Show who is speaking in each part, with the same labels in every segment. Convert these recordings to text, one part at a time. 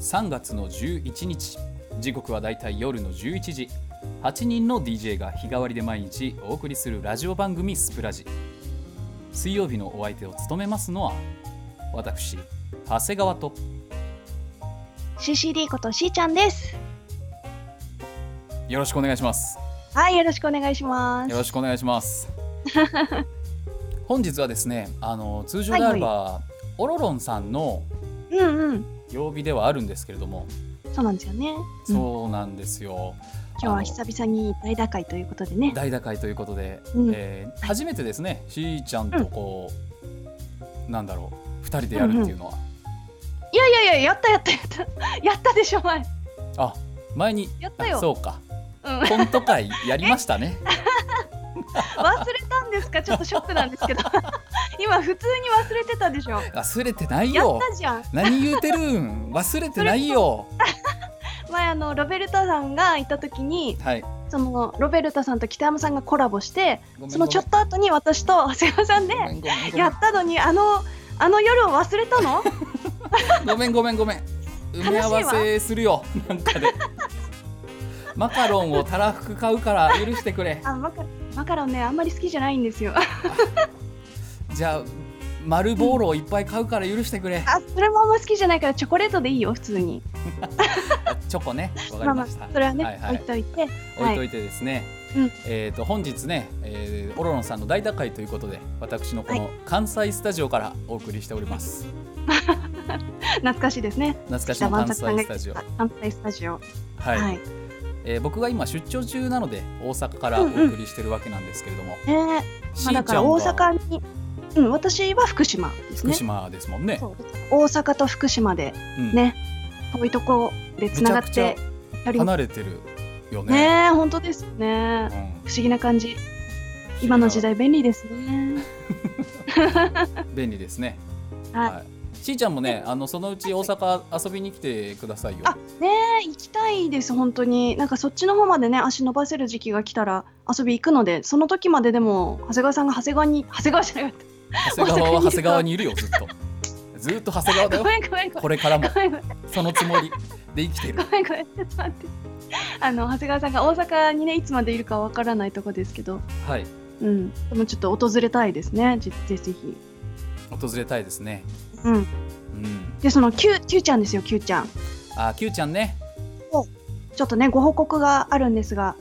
Speaker 1: 3月の11日時刻はだいたい夜の11時8人の DJ が日替わりで毎日お送りするラジオ番組「スプラジ」水曜日のお相手を務めますのは私長谷川と
Speaker 2: CCD ことしーちゃんです。
Speaker 1: よろしくお願いします
Speaker 2: はい、よろしくお願いします。
Speaker 1: よろしくお願いします本日はですねあの通常であれば、オロロンさんの
Speaker 2: うんうん。
Speaker 1: 曜日ではあるんですけれども
Speaker 2: そうなんですよね。うん
Speaker 1: そうなんですよ、
Speaker 2: 今日は久々に大打開ということでね。
Speaker 1: 大打開ということで、
Speaker 2: うん
Speaker 1: えー初めてですねしーちゃんとこう、なんだろう2人でやるっていうのは、
Speaker 2: いやいやいや、やったやったやった。や ったでしょ、前。
Speaker 1: あ前に
Speaker 2: やった
Speaker 1: あ
Speaker 2: よ。
Speaker 1: そうか
Speaker 2: うん、
Speaker 1: コント会やりました ね
Speaker 2: 忘れたんですかちょっとショックなんですけど 今普通に忘れてたでしょ
Speaker 1: 忘れてない
Speaker 2: やっ
Speaker 1: よ
Speaker 2: たじゃん
Speaker 1: 何言うてるん忘れてないよ
Speaker 2: 前あのロベルタさんがいた時に
Speaker 1: はい
Speaker 2: そのロベルタさんと北山さんがコラボして
Speaker 1: ごめん
Speaker 2: そのちょっと後に私と長谷川さんで
Speaker 1: ごめんごめんごめん
Speaker 2: やったのにあのあの夜を忘れたの
Speaker 1: ごめんごめんごめん埋め合わせするよなんかでマカロンをたらふく買うから許してくれ
Speaker 2: あマカマカロンねあんまり好きじゃないんですよ
Speaker 1: じゃあ丸ボーロをいっぱい買うから許してくれ
Speaker 2: あ それもあんま好きじゃないからチョコレートでいいよ普通に
Speaker 1: チョコねわかり
Speaker 2: まあま
Speaker 1: ま
Speaker 2: あ
Speaker 1: した
Speaker 2: それはね、
Speaker 1: いはい
Speaker 2: 置いといて
Speaker 1: 置いといてですね、
Speaker 2: うん
Speaker 1: えー、と本日ね、えー、オロロンさんの大打開ということで私のこの関西スタジオからお送りしております、
Speaker 2: 懐かしいですね
Speaker 1: 懐かしの関西スタジオ
Speaker 2: あ関西スタジオ
Speaker 1: は、
Speaker 2: はいい、
Speaker 1: えー僕が今出張中なので大阪からお送りしてるわけなんですけれども、
Speaker 2: ね
Speaker 1: し
Speaker 2: まあ、
Speaker 1: ー
Speaker 2: だ
Speaker 1: ち
Speaker 2: か
Speaker 1: ゃ
Speaker 2: ら
Speaker 1: ん
Speaker 2: 大
Speaker 1: は
Speaker 2: 阪に、うん、私は福島です
Speaker 1: 福
Speaker 2: ね
Speaker 1: 島ですもんね
Speaker 2: そう大阪と福島で
Speaker 1: うん
Speaker 2: ね遠いとこでつながっ
Speaker 1: めちゃ
Speaker 2: て
Speaker 1: く
Speaker 2: やり
Speaker 1: 離れてるよ
Speaker 2: ね
Speaker 1: ね
Speaker 2: え本当ですよね
Speaker 1: うん
Speaker 2: 不思議な感じ今の時代便利ですね
Speaker 1: 便利ですね
Speaker 2: はい
Speaker 1: いしーちゃんもねあのそのうち大阪遊びに来てくださいよ
Speaker 2: あねえ行きたいです本当になんかそっちの方までね足伸ばせる時期が来たら遊び行くのでその時まででも長谷川さんが長谷川に長谷川じゃなかっ
Speaker 1: 長谷川は
Speaker 2: 大阪にいる
Speaker 1: 長谷川にいるよずっとずーっと長谷川だ
Speaker 2: た
Speaker 1: よ
Speaker 2: ごめんごめんごめん
Speaker 1: これからも
Speaker 2: ごめんごめん
Speaker 1: そのつもりで生き てる
Speaker 2: ごめんごめんちょっと待ってあの長谷川さんが大阪にねいつまでいるかわからないとこですけど
Speaker 1: はい
Speaker 2: うんでもちょっと訪れたいですねぜぜぜひ
Speaker 1: 訪れたいですね
Speaker 2: うん
Speaker 1: うん
Speaker 2: でその Q, Q ちゃんですよ Q ちゃん
Speaker 1: あー Q ちゃんね
Speaker 2: ちょっとねご報告があるんですが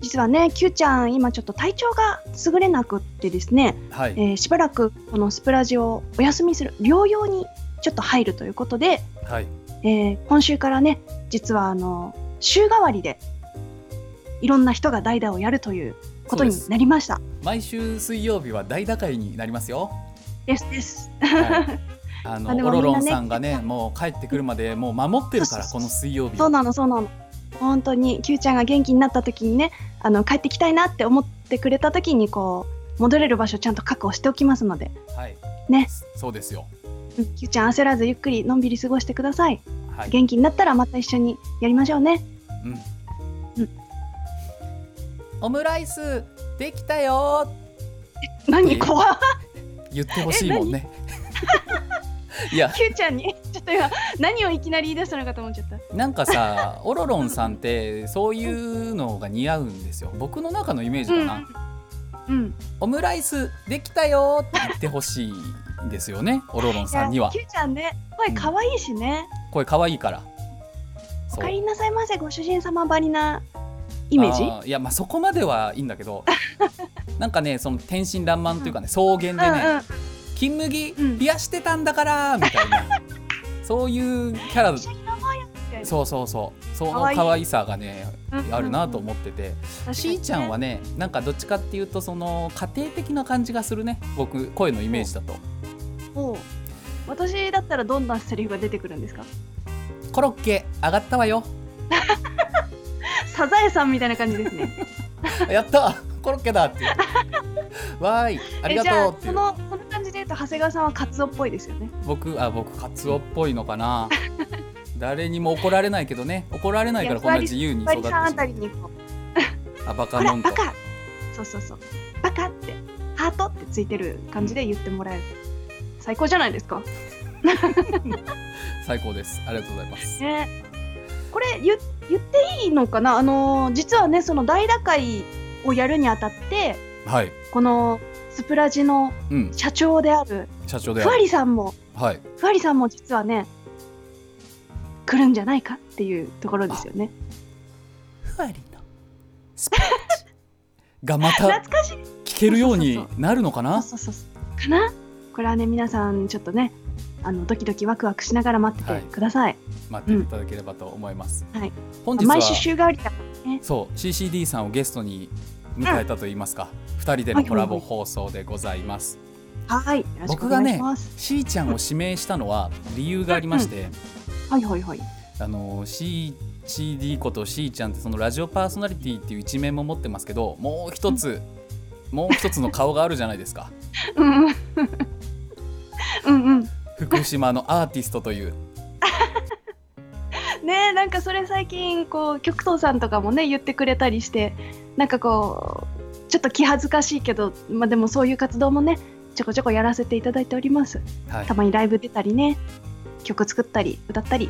Speaker 2: 実はね Q ちゃん今ちょっと体調が優れなくってですね
Speaker 1: はい
Speaker 2: えーしばらくこのスプラジオをお休みする療養にちょっと入るということで、
Speaker 1: はい
Speaker 2: えー今週からね実はあの週替わりでいろんな人が代打をやるということになりました
Speaker 1: 毎週水曜日は大打開になります よ
Speaker 2: ですです
Speaker 1: はいあの
Speaker 2: まあで
Speaker 1: オ
Speaker 2: も
Speaker 1: ロ
Speaker 2: みん
Speaker 1: ロ
Speaker 2: なね
Speaker 1: ンさんがねもう帰ってくるまでもう守ってるから
Speaker 2: そ
Speaker 1: こ
Speaker 2: うそうそう
Speaker 1: の水曜日
Speaker 2: そう
Speaker 1: を
Speaker 2: なのそうなの本当に Q ちゃんが元気になった時にねあの帰ってきたいなって思ってくれた時にこう戻れる場所をちゃんと確保しておきますので、
Speaker 1: はい
Speaker 2: ね
Speaker 1: そうですよ
Speaker 2: うん、Q ちゃん焦らずゆっくりのんびり過ごしてください
Speaker 1: はい
Speaker 2: 元気になったらまた一緒にやりましょうね
Speaker 1: うん
Speaker 2: うん
Speaker 1: オムライスできたよえ
Speaker 2: 何怖っ
Speaker 1: ー言ってほしいもんねいや
Speaker 2: Q ちゃんにちょっと今何をいきなり言い出したのかと思っちゃった
Speaker 1: なんかさオロロンさんってそういうのが似合うんですよ僕の中のイメージかな、
Speaker 2: うん、うん、
Speaker 1: オムライスできたよって言ってほしいんですよ ねオロロンさんには
Speaker 2: Q ちゃんね声可愛いしね、
Speaker 1: 声可愛いから
Speaker 2: おか
Speaker 1: そう
Speaker 2: えりなさいませご主人様ばりなイメージ
Speaker 1: あいやまあそこまではいいんだけ どなんかねその天真爛漫というかね草原でね、
Speaker 2: う
Speaker 1: 金麦
Speaker 2: うん
Speaker 1: 冷やしてたんだからみたい な、そういうキャラ
Speaker 2: 一緒に飲もうよみたいな
Speaker 1: そうそうそうその
Speaker 2: かわいい
Speaker 1: 可愛さがね
Speaker 2: うんうんうん
Speaker 1: あるなと思ってて、
Speaker 2: ん
Speaker 1: しーちゃんはねなんかどっちかっていうとその家庭的な感じがするね僕声のイメージだと
Speaker 2: おう私だったらどんなセリフが出てくるんですか
Speaker 1: コロッケ上がったわよ
Speaker 2: サザエさんみたいな感じですね
Speaker 1: やったコロッケだっていうわーいありが
Speaker 2: えじゃ
Speaker 1: と
Speaker 2: あ
Speaker 1: うってい
Speaker 2: そうのこの感じで言うと長谷川さんはカツオっぽいですよね
Speaker 1: 僕あ僕カツオっぽいのかな誰にも怒られないけどね怒られないからこんな自由に
Speaker 2: バ
Speaker 1: 育っ
Speaker 2: リ
Speaker 1: てし
Speaker 2: さん
Speaker 1: ま
Speaker 2: あた
Speaker 1: う
Speaker 2: りにこう
Speaker 1: あバカ
Speaker 2: ほら
Speaker 1: モンと
Speaker 2: バカそうそうそうバカってハートってついてる感じで言ってもらえる、最高じゃないですか
Speaker 1: 最高ですありがとうございます
Speaker 2: ね、これ言言っていいのかなあの実はねその大打開をやるにあたって
Speaker 1: はい
Speaker 2: このスプラジの
Speaker 1: うん
Speaker 2: 社長である
Speaker 1: 社長で
Speaker 2: ふわりさんも
Speaker 1: はい
Speaker 2: ふわりさんも実はね来るんじゃないかっていうところですよね
Speaker 1: ふわりのスプラジがまた
Speaker 2: 懐かしい
Speaker 1: 聞けるようになるのかな
Speaker 2: そうそうそうかなこれはね皆さんちょっとねあのドキドキワクワクしながら待っててください、
Speaker 1: 待っていただければと思います、
Speaker 2: うんはい
Speaker 1: 本日は
Speaker 2: 毎週週替わりだからね
Speaker 1: そう CCD さんをゲストに迎えたといいますか、二人でのコラボ放送でございます、
Speaker 2: はいよろしくお願いします、
Speaker 1: しーちゃんを指名したのは理由がありまして、
Speaker 2: はいはいはい
Speaker 1: あの CCD ことしーちゃんってそのラジオパーソナリティっていう一面も持ってますけどもう一つ、もう一つの顔があるじゃないですか
Speaker 2: うん うんうんうん
Speaker 1: 福島のアーティストという
Speaker 2: ねえなんかそれ最近こう極東さんとかもね言ってくれたりしてなんかこうちょっと気恥ずかしいけどまあでもそういう活動もねちょこちょこやらせていただいております
Speaker 1: はい
Speaker 2: たまにライブ出たりね曲作ったり歌ったり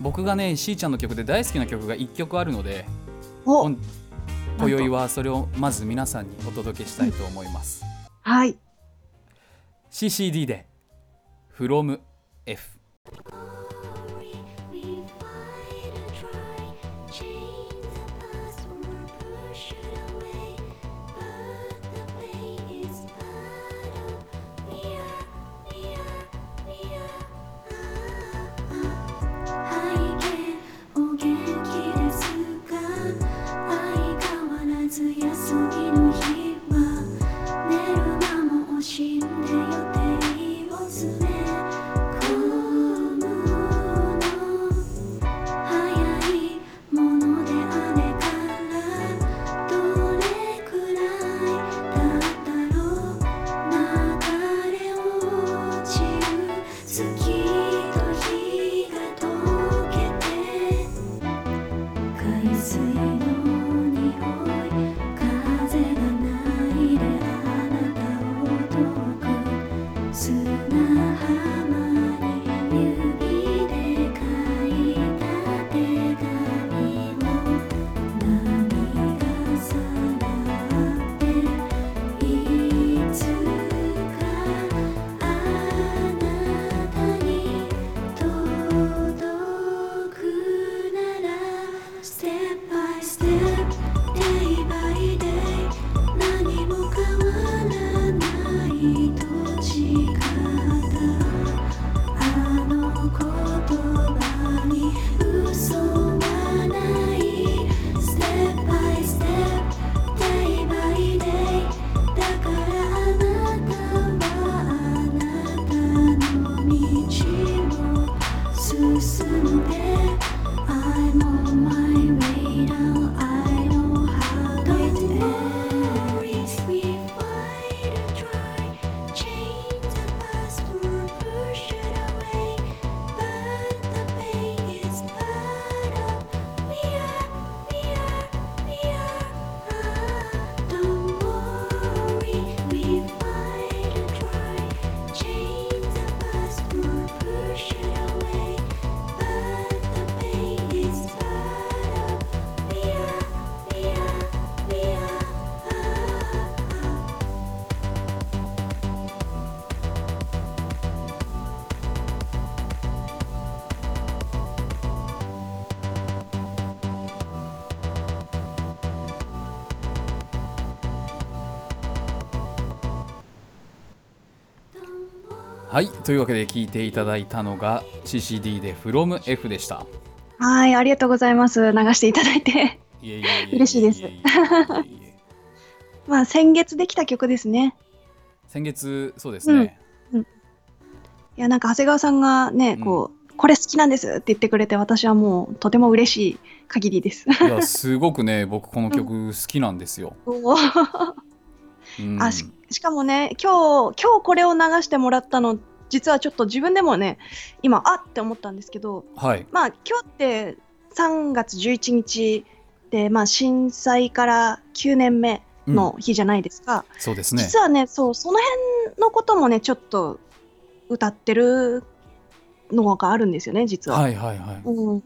Speaker 1: 僕がねしーちゃんの曲で大好きな曲が1曲あるので
Speaker 2: を
Speaker 1: 今今宵はそれをまず皆さんにお届けしたいと思います、
Speaker 2: はい
Speaker 1: CCD で FromF
Speaker 3: お元気ですか相変わらず休みの日は寝る間も惜しんで予定を詰め込むの「早いものであれからどれくらいだったろう」「流れ落ちる月と日が溶けて」「海水の匂い風がないであなたを遠く」「砂浜に指で書いた手紙を」「波がさらっていつかあなたに届くなら」「ステップバイステップデイバイデイ」「何も変わらないと誓った」「あの言葉に嘘はない」「ステップバイステップデイバイデイ」「だからあなたはあなたの道を進んで」「I'm on my way now I know how it ends」「We fight and try」Change the past or push it away, but the pain is part of we are, we are, we are. Don't worry, we fight and try. Change the past or push it away, but the pain is part of we are, we are, we are.
Speaker 1: はいというわけで聞いていただいたのが CCD で FromF でした
Speaker 2: はいありがとうございます流していただいて
Speaker 1: いえいえいええ
Speaker 2: 嬉しいです
Speaker 1: えええいえ
Speaker 2: まあ先月できた曲ですね
Speaker 1: 先月そうですね、
Speaker 2: いやなんか長谷川さんがねこう、これ好きなんですって言ってくれて私はもうとても嬉しい限りです
Speaker 1: いやすごくね 僕この曲好きなんですよ、
Speaker 2: おー
Speaker 1: うん
Speaker 2: あししかもね今日今日これを流してもらったの実はちょっと自分でもね今あって思ったんですけど
Speaker 1: はい
Speaker 2: まあ今日って3月11日で、まあ、震災から9年目の日じゃないですか、
Speaker 1: そうですね
Speaker 2: 実はねそうその辺のこともねちょっと歌ってるのがあるんですよね実は。
Speaker 1: はいはいはい
Speaker 2: うん、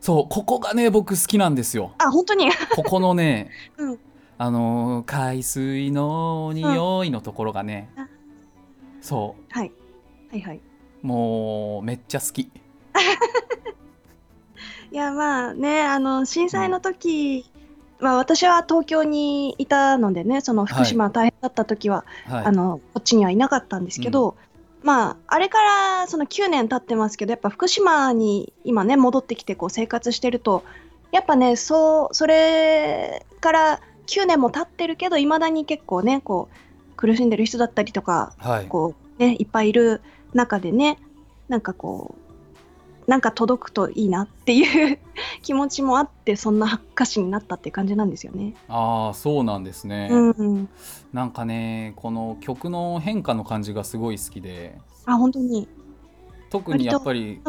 Speaker 1: そうここがね僕好きなんですよ
Speaker 2: あ本当に
Speaker 1: ここのね、
Speaker 2: うん
Speaker 1: あのー海水の匂いのところがね、
Speaker 2: うん
Speaker 1: そ
Speaker 2: はいはいはいう
Speaker 1: もうめっちゃ好き
Speaker 2: いやまあねあの震災の時、まあ、私は東京にいたのでねその福島大変だった時は、
Speaker 1: はい
Speaker 2: あのこっちにはいなかったんですけど、まああれからその9年経ってますけどやっぱ福島に今ね戻ってきてこう生活してるとやっぱねそうそれから9年も経ってるけどいまだに結構ねこう苦しんでる人だったりとか
Speaker 1: はい
Speaker 2: こう、ね、いっぱいいる中でねなんかこうなんか届くといいなっていう 気持ちもあってそんな歌詞になったって感じなんですよね。
Speaker 1: ああそうなんですね、
Speaker 2: うん、
Speaker 1: なんかねこの曲の変化の感じがすごい好きで
Speaker 2: あ本当に
Speaker 1: 特にやっぱり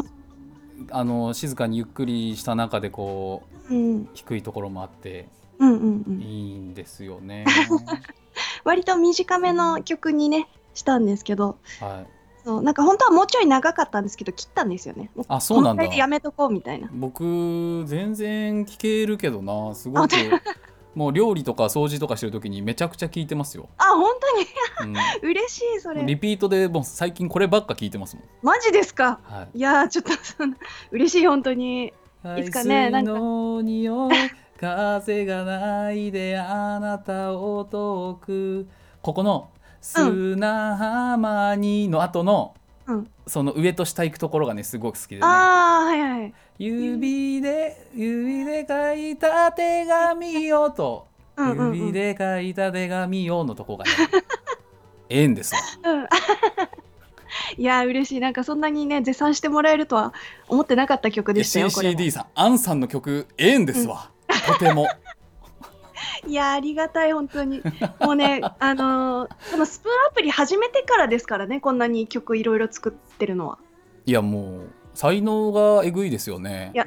Speaker 1: あの静かにゆっくりした中でこう
Speaker 2: うん
Speaker 1: 低いところもあって
Speaker 2: うんうんうん
Speaker 1: いいんですよ ね。
Speaker 2: 割と短めの曲にねしたんですけど
Speaker 1: はい、
Speaker 2: そうなんか本当はもうちょい長かったんですけど切ったんですよねもう
Speaker 1: あそうなんだ
Speaker 2: このぐらいでやめとこうみたいな
Speaker 1: 僕全然聞けるけどなすごくもう料理とか掃除とかしてる時にめちゃくちゃ聞いてますよ。
Speaker 2: あ本当に
Speaker 1: う
Speaker 2: 嬉しいそ
Speaker 1: ん、
Speaker 2: れ
Speaker 1: リピートでもう最近こればっか聞いてますもん。
Speaker 2: マジですか
Speaker 1: はい
Speaker 2: いやーちょっとそんな嬉しい本当にいつかねなんか
Speaker 1: 海水の匂い風がないであなたを遠くここの砂浜にの後の、
Speaker 2: うん
Speaker 1: その上と下行くところがねすごく好きでね
Speaker 2: ああはいはい
Speaker 1: 指で指で書いた手紙をと、
Speaker 2: うんうん、うん
Speaker 1: 指で書いた手紙をのとこがね ええんですよ
Speaker 2: うん、いやー嬉しいなんか そんなにね絶賛してもらえるとは思ってなかった曲でしたよこれも
Speaker 1: CCD さんアンさんの曲ええんですわ、とても
Speaker 2: いやーありがたい本当にもうね あのーこのスプーンアプリ始めてからですからねこんなに曲いろいろ作ってるのはい
Speaker 1: やもう才能がえぐいですよね
Speaker 2: いや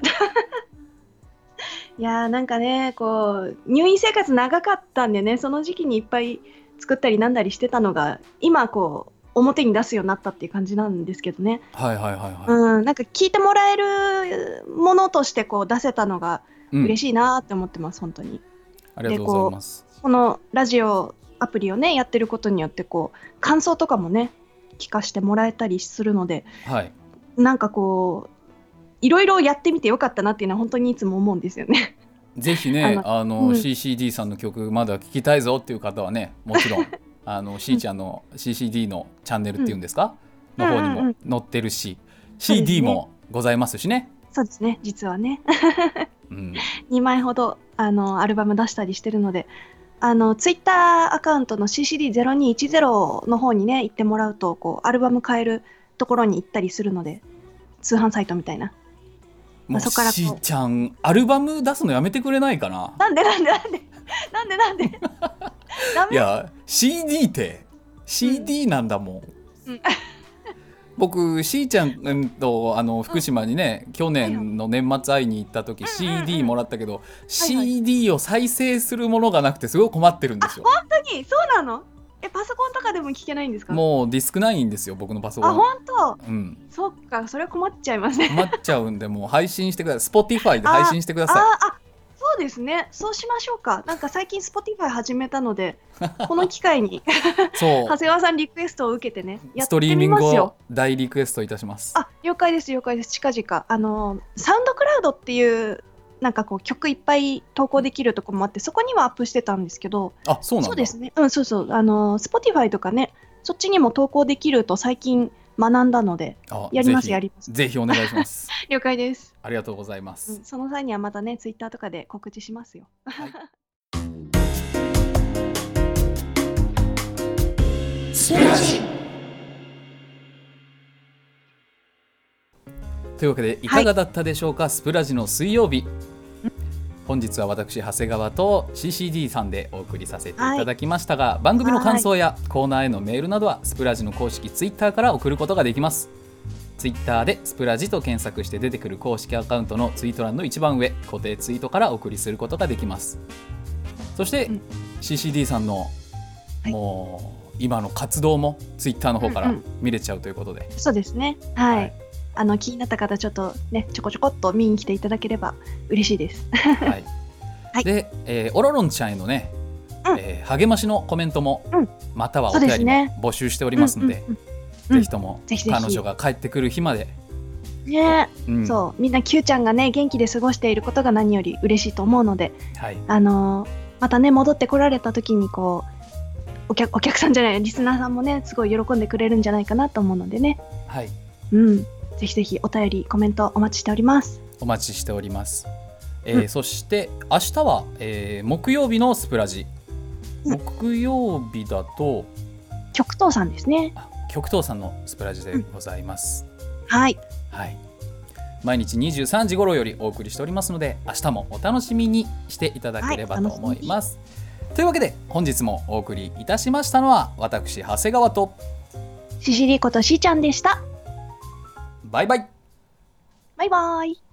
Speaker 2: いやーなんかねこう入院生活長かったんでねその時期にいっぱい作ったりなんだりしてたのが今こう表に出すようになったっていう感じなんですけどね、
Speaker 1: はいはいはいはい、
Speaker 2: うんなんか聞いてもらえるものとしてこう出せたのが
Speaker 1: うん
Speaker 2: 嬉しいなーって思ってます、本当に
Speaker 1: ありがとうございます。
Speaker 2: このラジオアプリをねやってることによってこう感想とかもね聞かしてもらえたりするので
Speaker 1: はい、
Speaker 2: なんかこういろいろやってみてよかったなっていうのは本当にいつも思うんですよね
Speaker 1: ぜひね、あの、
Speaker 2: うん
Speaker 1: CCD さんの曲まだ聞きたいぞっていう方はね、もちろ んあの C ちゃんの CCD のチャンネルっていうんですか、
Speaker 2: うん
Speaker 1: の方に
Speaker 2: うんうんう
Speaker 1: も
Speaker 2: ん
Speaker 1: 載ってるし、
Speaker 2: そうですね
Speaker 1: CD もございますしね。
Speaker 2: そうですね実はね
Speaker 1: うん、
Speaker 2: 2枚ほどあのアルバム出したりしてるのであのツイッターアカウントの CCD0210 の方にね行ってもらうとこうアルバム買えるところに行ったりするので通販サイトみたいな
Speaker 1: もう
Speaker 2: そこからこう
Speaker 1: C ちゃんアルバム出すのやめてくれないかな。
Speaker 2: なんでなんでなんでなんでなんでダ
Speaker 1: い
Speaker 2: メ
Speaker 1: や CD って CD なんだもん。
Speaker 2: うん
Speaker 1: 僕 C ちゃんうんとあの福島にね、去年の年末会いに行った時、
Speaker 2: うんうんうん
Speaker 1: CD もらったけど、
Speaker 2: はい
Speaker 1: CD を再生するものがなくてすごい困ってるんですよ。
Speaker 2: 本当にそうなのえパソコンとかでも聞けないんですか
Speaker 1: もうディスクないんですよ僕のパソコ
Speaker 2: あ
Speaker 1: ン。
Speaker 2: 本当
Speaker 1: うん、
Speaker 2: そっかそれ困っちゃいますね
Speaker 1: 困っちゃうんでもう配信してください Spotify で配信してくださ
Speaker 2: ああそうですねそうしましょうかなんか最近 Spotify 始めた のでこの機会に
Speaker 1: い。そ
Speaker 2: 長谷川さんリクエストを受けてね
Speaker 1: うス
Speaker 2: やっ
Speaker 1: トリ
Speaker 2: て
Speaker 1: ーミ
Speaker 2: み
Speaker 1: ン
Speaker 2: ま
Speaker 1: グ
Speaker 2: すよ
Speaker 1: を大リクエストいたします。
Speaker 2: あ了解です了解です近々あのサウンドクラウドっていうなんかこう曲いっぱい投稿できるとこもあってそこにはアップしてたんですけど
Speaker 1: あそうなんだ。
Speaker 2: ですねうんそうそうあの Spotify とかねそっちにも投稿できると最近学んだので
Speaker 1: あ
Speaker 2: やります
Speaker 1: ぜひ
Speaker 2: やります
Speaker 1: ぜひお願いします。
Speaker 2: 了解です
Speaker 1: ありがとうございます。
Speaker 2: うんその際にはまたね、ツイッターとかで告知しますよ。
Speaker 1: というわけでいかがだったでしょうか、スプラジの水曜日本日は私長谷川と CCD さんでお送りさせていただきましたが、番組の感想やコーナーへのメールなどはスプラジの公式ツイッターから送ることができますツイッターでスプラジと検索して出てくる公式アカウントのツイート欄の一番上固定ツイートからお送りすることができますそして、
Speaker 2: うん
Speaker 1: CCD さんの
Speaker 2: はい
Speaker 1: もう今の活動もツイッターの方か
Speaker 2: う
Speaker 1: ら
Speaker 2: んうん
Speaker 1: 見れちゃうという ことで、
Speaker 2: そうですね。はい。
Speaker 1: はい
Speaker 2: あの気になった方、ちょっとね、ちょこちょこっと見に来ていただければ嬉しいです。
Speaker 1: はい
Speaker 2: はい
Speaker 1: で、えー、オロロンちゃんへのね、
Speaker 2: うん
Speaker 1: えー励ましのコメントも、
Speaker 2: うん
Speaker 1: またはお
Speaker 2: そう
Speaker 1: 便
Speaker 2: です
Speaker 1: りも
Speaker 2: ね
Speaker 1: 募集しておりますので、
Speaker 2: うんうんうん
Speaker 1: ぜひとも
Speaker 2: ぜひぜひ
Speaker 1: 彼女が帰ってくる日まで、
Speaker 2: うんね、
Speaker 1: うん
Speaker 2: そう、みんな Q ちゃんがね、元気で過ごしていることが何より嬉しいと思うので、
Speaker 1: はい、
Speaker 2: あのーまたね、戻ってこられた時に、こう、お客お客さんじゃない、リスナーさんもね、すごい喜んでくれるんじゃないかなと思うのでね、
Speaker 1: はい、
Speaker 2: うん、ぜひぜひお便り、コメントお待ちしております。
Speaker 1: お待ちしております、えー
Speaker 2: うん
Speaker 1: そして明日は、えー木曜日のスプラジ、
Speaker 2: うん
Speaker 1: 木曜日だと
Speaker 2: 極東さんですね。
Speaker 1: あ極東さんのスプラジでございます、
Speaker 2: はい。
Speaker 1: はい毎日23時頃よりお送りしておりますので明日もお楽しみにしていただければ
Speaker 2: はい
Speaker 1: と
Speaker 2: お楽しみ
Speaker 1: 思
Speaker 2: に
Speaker 1: います、というわけで本日もお送りいたしましたのは私長谷川と
Speaker 2: ししりことしーちゃんでした。
Speaker 1: バイバイ
Speaker 2: バイバーイ。